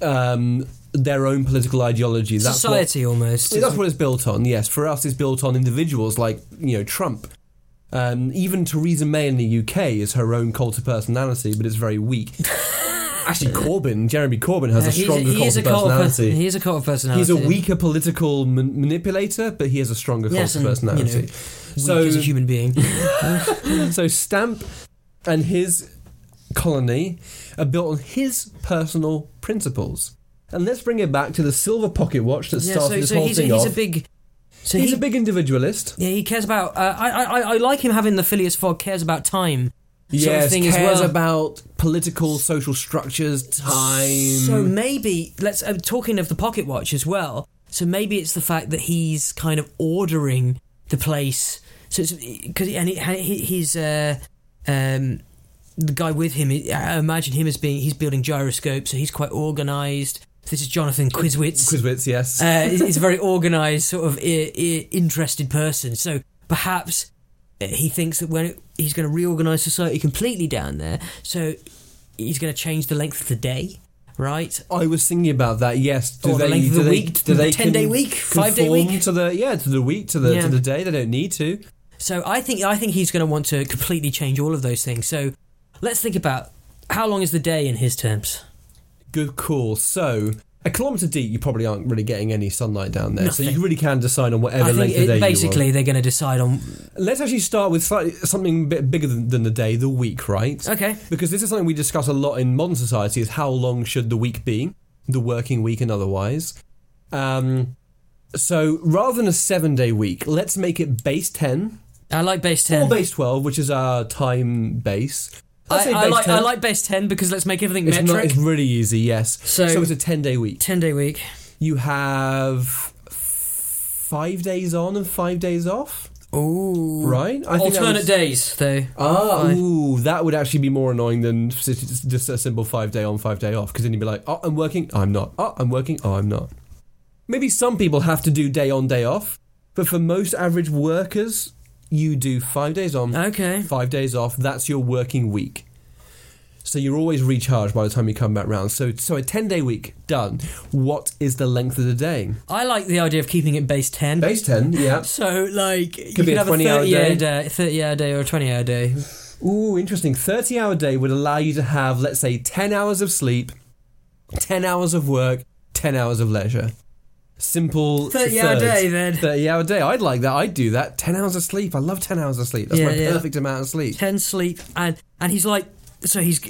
um, their own political ideology. That's what- society almost. that's what it's built on. Yes, for us, it's built on individuals like you know Trump. Um, even Theresa May in the UK is her own cult of personality, but it's very weak. Actually, Corbyn, Jeremy Corbyn, has Uh, a he's stronger he cult is of a cult of pers- personality. He is a cult of personality. He's a weaker political ma- manipulator, but he has a stronger cult Yes, of and, you know, personality. Weak so, as a human being. so Stamp and his colony are built on his personal principles. And let's bring it back to the silver pocket watch that Yeah, started so, this so whole he's, a, thing he's a off. big. So he's he, a big individualist. Yeah, he cares about. Uh, I, I I- I like him having the Phileas Fogg cares about time. sort of Yes, thing cares as well. about political, social structures, time. So maybe let's. I'm talking of the pocket watch as well. So maybe it's the fact that he's kind of ordering the place. So it's because and he, he- he's uh, um, the guy with him. I imagine him as being he's building gyroscopes, so he's quite organised. This is Jonathan Quizwitz. Quizwits, yes. uh, he's he's a very organised, sort of i- i- interested person. So perhaps uh, he thinks that when it, he's going to reorganise society completely down there, so he's going to change the length of the day, right? I was thinking about that. Yes, do Or Oh, the they length of do the they, week, do they 10-day con- week, 5-day conform week? to the yeah to the week to the Yeah. to the day? They don't need to. So I think I think he's going to want to completely change all of those things. So let's think about how long is the day in his terms? Good call. So a kilometre deep, you probably aren't really getting any sunlight down there, so Nothing. you really can decide on whatever I think length of it- day you basically they're going to decide on. want. Let's actually start with slightly, something a bit bigger than, than the day, the week, right? Okay. Because this is something we discuss a lot in modern society: is how long should the week be, the working week and otherwise. Um, so rather than a seven-day week, let's make it base ten I like base or ten. base twelve, which is our time base. Let's I, say I base like 10. I like base ten because let's make everything It's, metric. not- it's really easy, yes. So- so it's a ten-day week. ten day week. you have five days on and five days off, Ooh. right? I that Alternate was- days though. Ah, Five. ooh, that would actually be more annoying than s- s- just a simple five day on, five day off. Because then you'd be like, oh, I'm working, I'm not. Oh, I'm working, oh, I'm not. Maybe some people have to do day on, day off, but for most average workers, you do five days on, Okay. five days off. That's your working week. So you're always recharged by the time you come back round. So, so a ten day week done. What is the length of the day? I like the idea of keeping it base 10. Base ten, yeah. so, like, you be could a have 20 a hour 30 hour day. Hmm. day. 30 hour day or a 20 hour day. Ooh, interesting. 30 hour day would allow you to have, let's say, 10 hours of sleep, 10 hours of work, 10 hours of leisure. Simple. 30 hour thirds. day, then. 30 hour day. I'd like that. I'd do that. 10 hours of sleep. I love 10 hours of sleep. That's Yeah, my yeah. perfect amount of sleep. 10 sleep. And, and he's like, so he's,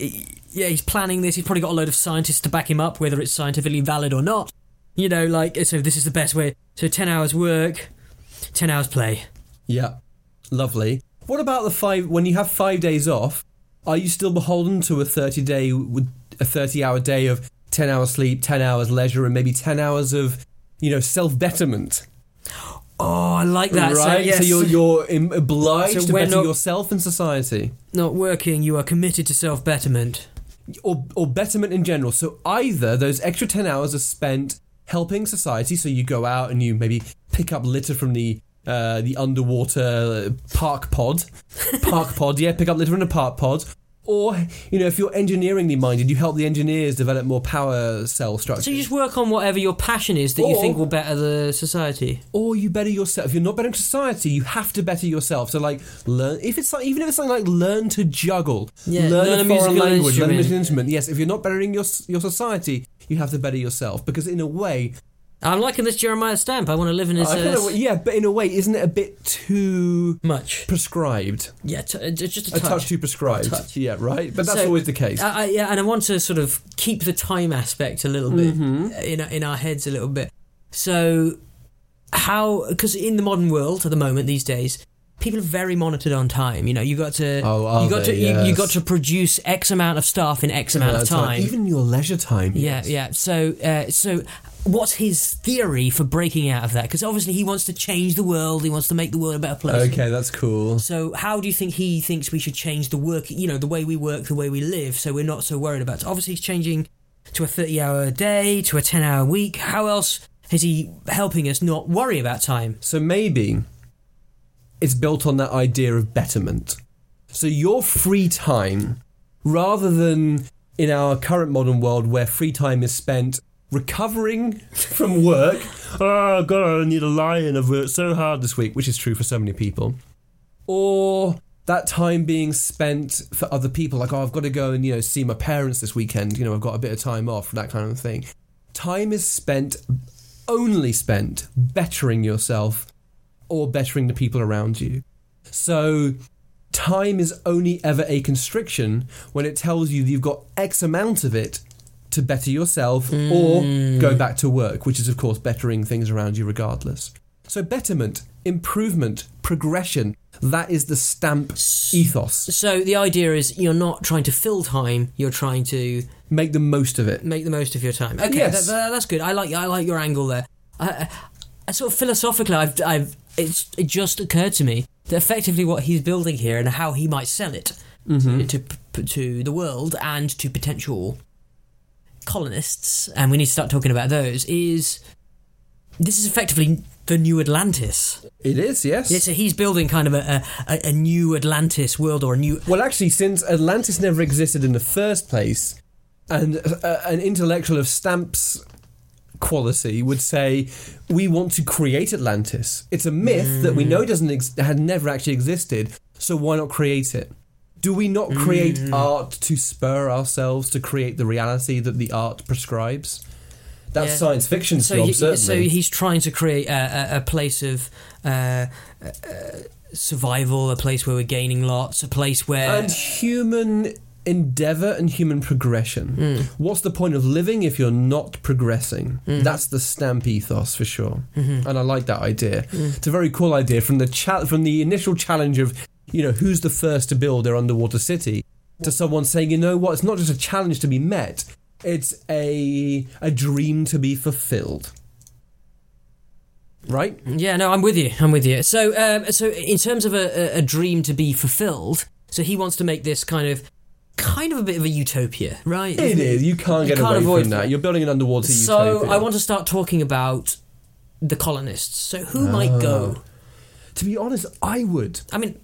yeah, he's planning this. He's probably got a load of scientists to back him up, whether it's scientifically valid or not. You know, like, so this is the best way. So 10 hours work, 10 hours play. Yeah. Lovely. What about the five, when you have five days off, are you still beholden to a 30 day, with a 30 hour day of 10 hours sleep, 10 hours leisure, and maybe 10 hours of, you know, self betterment? Oh, I like that. So, right, so, yes, you're you're im- obliged So to we're better not- yourself and society, not working, you are committed to self betterment. or or betterment in general. So either those extra ten hours are spent helping society, so you go out and you maybe pick up litter from the uh, the underwater park pod, park pod, yeah, pick up litter in a park pod, Or, you know, if you're engineeringly minded, you help the engineers develop more power cell structures. So you just work on whatever your passion is that you Or- think will better the society. or you better yourself. If you're not bettering society, you have to better yourself. So like learn if it's like, even if it's something like learn to juggle, Yeah, learn, learn a a foreign language, musical learn a instrument. musical instrument. Yes, if you're not bettering your your society, you have to better yourself because in a way, I'm liking this Jeremiah Stamp. I want to live in his I don't know, uh, yeah, but in a way, isn't it a bit too much. prescribed? Yeah, t- uh, just a A touch. touch too prescribed. touch. Yeah, right. But that's So- always the case. I, I, yeah, and I want to sort of keep the time aspect a little bit Mm-hmm. in in our heads a little bit. So how? Because in the modern world at the moment these days, people are very monitored on time. You know, you got to Oh, are you got they? to you, you Yes. got to produce X amount of stuff in X amount of time. even your leisure time. Yeah, yes. yeah. So, uh, so what's his theory for breaking out of that? Because obviously he wants to change the world. He wants to make the world a better place. Okay, that's cool. So, how do you think he thinks we should change the work? You know, the way we work, the way we live, so we're not so worried about. It? Obviously, he's changing to a thirty-hour day, to a ten-hour week. How else is he helping us not worry about time? So maybe it's built on that idea of betterment. So your free time, rather than in our current modern world where free time is spent recovering from work, oh god, I need a lion. I've worked so hard this week, which is true for so many people, or that time being spent for other people, like oh, I've got to go and you know see my parents this weekend. You know, I've got a bit of time off, that kind of thing. Time is spent only spent bettering yourself or bettering the people around you. So time is only ever a constriction when it tells you that you've got X amount of it to better yourself or go back to work, which is, of course, bettering things around you regardless. So, betterment, improvement, progression that is the stamp ethos. So, the idea is you're not trying to fill time; you're trying to Make the most of it. make the most of your time. Okay, Yes. that, that- that's good. I like I like your angle there. I, I, I sort of philosophically, I've, I've it's it just occurred to me that effectively what he's building here and how he might sell it Mm-hmm. to, to to the world and to potential colonists, and we need to start talking about those. Is this is effectively the new Atlantis? It is, yes. Yeah, so he's building kind of a, a, a- a new Atlantis world or a new Well, actually, since Atlantis never existed in the first place, and uh, an intellectual of Stamp's quality would say, we want to create Atlantis. It's a myth that we Mm. know doesn't ex- had never actually existed. So why not create it? Do we not create Mm. art to spur ourselves to create the reality that the art prescribes? That's Yeah. science fiction, so job, he- certainly. so he's trying to create a, a, a place of uh, uh, survival, a place where we're gaining lots, a place where and human endeavor and human progression. Hmm. What's the point of living if you're not progressing? That's the stamp ethos for sure, Mm-hmm. and I like that idea. Hmm. It's a very cool idea from the cha- from the initial challenge of you know who's the first to build their underwater city to someone saying you know what it's not just a challenge to be met. It's a a dream to be fulfilled. Right? yeah, no, I'm with you, I'm with you. So, um, so in terms of a, a- a dream to be fulfilled, so he wants to make this kind of kind of a bit of a utopia, right? It is. You can't get can't away avoid from that. that. You're building an underwater So utopia. I want to start talking about the colonists. So who might Ah. go? to be honest, I would. I mean,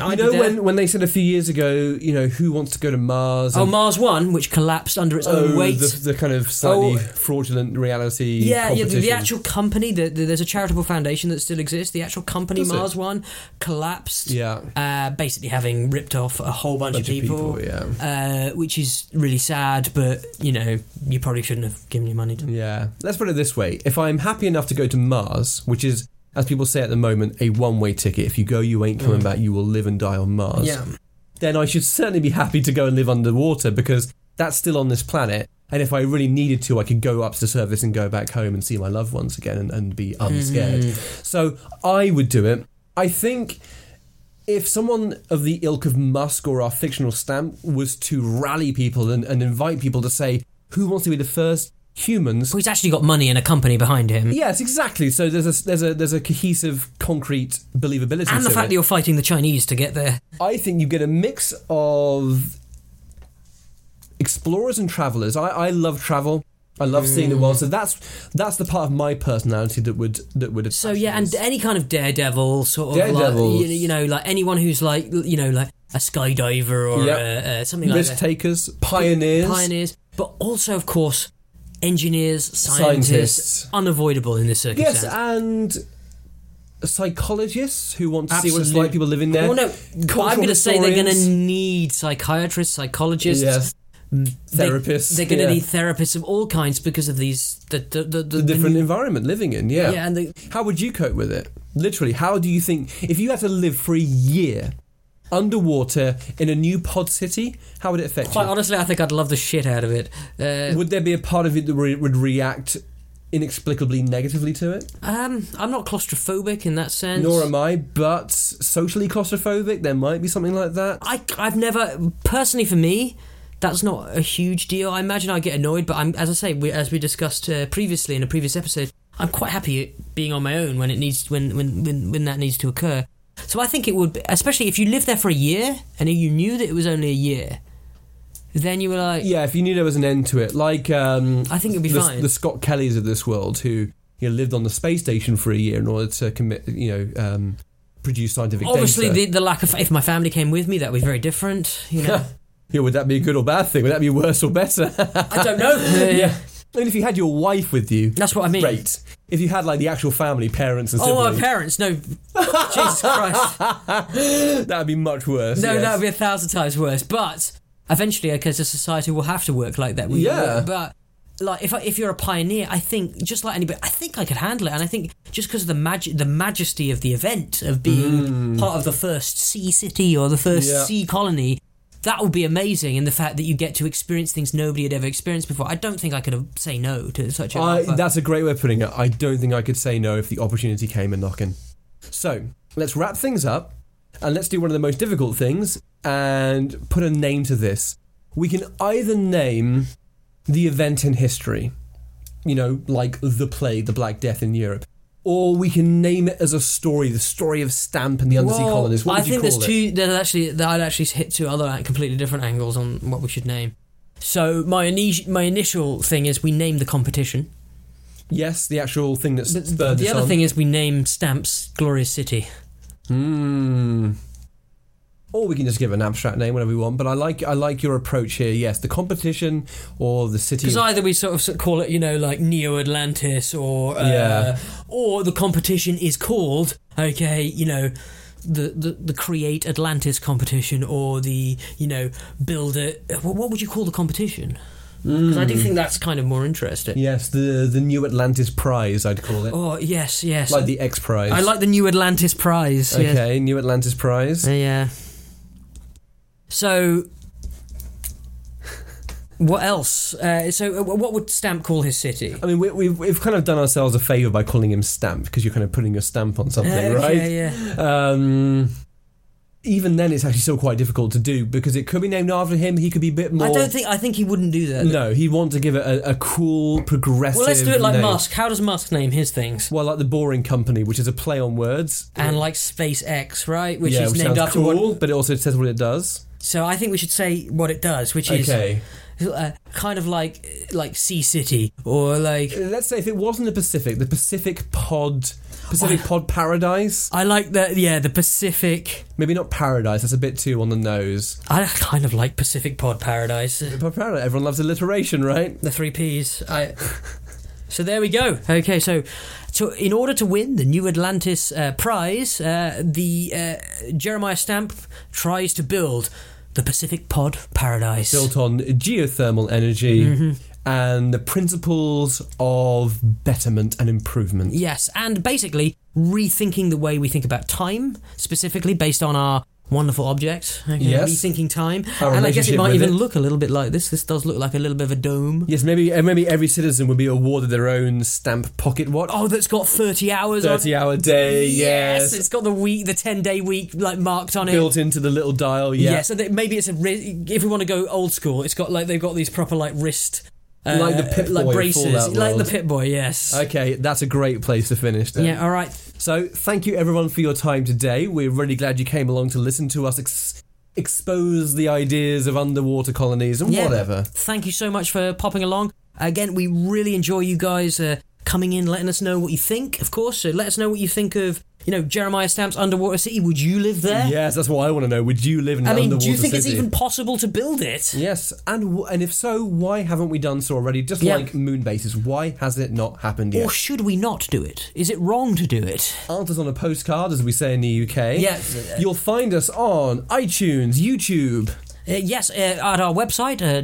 I You know when, when they said a few years ago, you know, who wants to go to Mars? oh and- Mars One, which collapsed under its own oh, weight. The, the kind of slightly Oh. fraudulent reality. Yeah, yeah. The, competition. the actual company, the, the, there's a charitable foundation that still exists. The actual company, Does it? Mars One, collapsed. Yeah. Uh, basically, having ripped off a whole bunch, Bunch of people, Uh, which is really sad, but you know, you probably shouldn't have given your money to. Yeah. Let's put it this way: if I'm happy enough to go to Mars, which is, as people say at the moment, a one-way ticket. If you go, you ain't coming back. You will live and die on Mars. Mm. Yeah. Then I should certainly be happy to go and live underwater because that's still on this planet. And if I really needed to, I could go up to the surface and go back home and see my loved ones again and, and be Hmm. unscared. So I would do it. I think if someone of the ilk of Musk or our fictional stamp was to rally people and, and invite people to say, who wants to be the first humans? Well, he's actually got money and a company behind him, Yes, exactly. So there's a there's a there's a cohesive, concrete believability. and the to fact it. that you're fighting the Chinese to get there. I think you get a mix of explorers and travelers. I, I love travel. I love seeing the world. So that's that's the part of my personality that would that would. So yeah, and any kind of daredevil sort of like Daredevils. you, you know, like anyone who's like you know, like a skydiver or Yep. uh, uh, something like risk that. takers, pioneers, pioneers, but also of course engineers, scientists, Scientists. unavoidable in this yes, circumstance. and psychologists who want to see what it's Absolute- like people living there. well, no, Cultural I'm going to say they're going historians. to need psychiatrists, psychologists, Yes. they- Therapists, They're going to yeah. need therapists of all kinds because of these the the, the, the, the different environment living in. Yeah. yeah, and the, How would you cope with it? Literally, how do you think if you had to live for a year underwater in a new pod city, how would it affect quite you? honestly, I think I'd love the shit out of it. Uh, would there be a part of it that re- would react inexplicably negatively to it? um, I'm not claustrophobic in that sense. Nor am I, but socially claustrophobic, there might be something like that. I, I've never personally for me. That's not a huge deal. I imagine I get annoyed, but I'm, as I say, we, as we discussed uh, previously in a previous episode, I'm quite happy being on my own when it needs when when when, when that needs to occur. So I think it would, be, especially if you lived there for a year and you knew that it was only a year, then you were like, Yeah, if you knew there was an end to it, like um, I think it'd be the, fine. the Scott Kellys of this world who you know, lived on the space station for a year in order to commit, you know, um, produce scientific obviously data. the, the lack of if my family came with me, that would be very different. You know, yeah, would that be a good or bad thing? Would that be worse or better? I don't know. Uh, I mean, if you had your wife with you, that's what I mean. great. If you had like the actual family, parents and Oh, my siblings, parents! No, Jesus Christ. that would be much worse. No, yes. that would be a thousand times worse. But eventually, because a society will have to work like that. We, Yeah. But like, if I, if you're a pioneer, I think just like anybody, I think I could handle it. And I think just because of the magic, the majesty of the event of being part of the first sea city or the first Mm. Yeah. sea colony. That would be amazing, and the fact that you get to experience things nobody had ever experienced before. I don't think I could have say no to such a. I, offer. that's a great way of putting it. I don't think I could say no if the opportunity came a knocking. So let's wrap things up and let's do one of the most difficult things and put a name to this. We can either name the event in history, you know, like the plague, the Black Death in Europe, or we can name it as a story, the story of Stamp and the Undersea Well, Colonists. What I would you think call there's it? two. There's actually that I'd actually hit two other like, completely different angles on what we should name. So my initial my initial thing is we name the competition. Yes, the actual thing that But spurred the this other on. thing is we name stamps glorious city. Hmm. Or we can just give an abstract name whatever we want. But I like I like your approach here. Yes, the competition or the city. Because either we sort of, sort of call it you know like Neo Atlantis or uh, Yeah. or the competition is called okay you know. The, the, the create Atlantis competition or the you know build a what, what would you call the competition? Because I Hmm. do think that's kind of more interesting. yes, the the New Atlantis Prize. I'd call it Oh yes, yes. like the X Prize. I like the New Atlantis Prize. yes. Okay, New Atlantis Prize. Uh, yeah. So, what else? Uh, so, uh, what would Stamp call his city? I mean, we, we've we've kind of done ourselves a favor by calling him Stamp because you're kind of putting your stamp on something, Uh, okay, right? Yeah. Um, even then, it's actually still quite difficult to do because it could be named after him. He could be a bit more. I don't think I think he wouldn't do that. No, he want to give it a, a cool progressive. Well, let's do it like name. Musk. How does Musk name his things? Well, like the Boring Company, which is a play on words, And like SpaceX, right? Which yeah, is which named sounds after cool, what. but it also says what it does. So I think we should say what it does, which Okay, is uh, kind of like like Sea City or like let's say if it wasn't the Pacific, the Pacific Pod, Pacific Pod Paradise. I like that. Yeah, the Pacific. Maybe not Paradise. That's a bit too on the nose. I kind of like Pacific Pod Paradise. Pod Paradise. Everyone loves alliteration, right? the three P's. I. So there we go. Okay, so so in order to win the New Atlantis uh, Prize, uh, the uh, Jeremiah Stamp tries to build the Pacific Pod Paradise. Built on geothermal energy Mm-hmm. and the principles of betterment and improvement. Yes, and basically rethinking the way we think about time, specifically based on our wonderful object. Okay, Yes. rethinking time, Our and I guess relationship it might with even it. look a little bit like this. This does look like a little bit of a dome. Yes, maybe and maybe every citizen would be awarded their own stamp pocket watch. Oh, that's got thirty hours. on- Thirty-hour day. Yes, it's got the week, the ten-day week, like marked on it. built into the little dial. Yeah. Yeah. so that maybe it's a ri- if we want to go old school, it's got like they've got these proper like wrist, uh, Like the Pip like Boy of braces, Fallout like the world. Pit Boy. Yes. Okay, that's a great place to finish then. Yeah. All right. So, thank you everyone for your time today. We're really glad you came along to listen to us ex- expose the ideas of underwater colonies and Yeah. whatever. Thank you so much for popping along. Again, we really enjoy you guys uh, coming in, letting us know what you think. Of course, so let us know what you think of you know Jeremiah Stamp's Underwater City. Would you live there? Yes, that's what I want to know. Would you live in an I mean, underwater do you think it's city? even possible to build it? Yes, and w- and if so, why haven't we done so already? Just Yeah. like moon bases, why has it not happened Or yet? should we not do it? Is it wrong to do it? Answers on a postcard, as we say in the UK. Yeah. You'll find us on iTunes, YouTube. Uh, yes, uh, at our website, uh,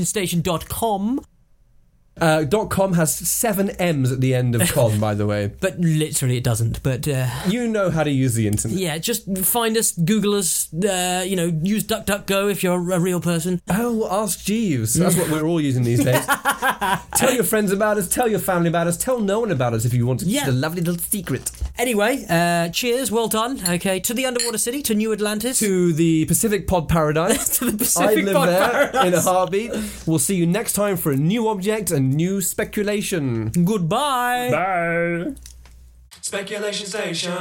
www.thespeculationstation.com. Uh, dot .com has seven M's at the end of com, by the way. But literally, it doesn't. But uh, You know how to use the internet. yeah, just find us, Google us, uh, you know, use DuckDuckGo if you're a real person. Oh, ask Jeeves. That's what we're all using these days. tell your friends about us, tell your family about us, tell no one about us if you want to keep Yeah. the lovely little secret. Anyway, uh, cheers, well done. Okay, to the underwater city, to New Atlantis. To the Pacific Pod Paradise. To the I Pacific live Pod there Paradise. in a heartbeat. We'll see you next time for a new object and new speculation. Goodbye. Bye. Speculation Station.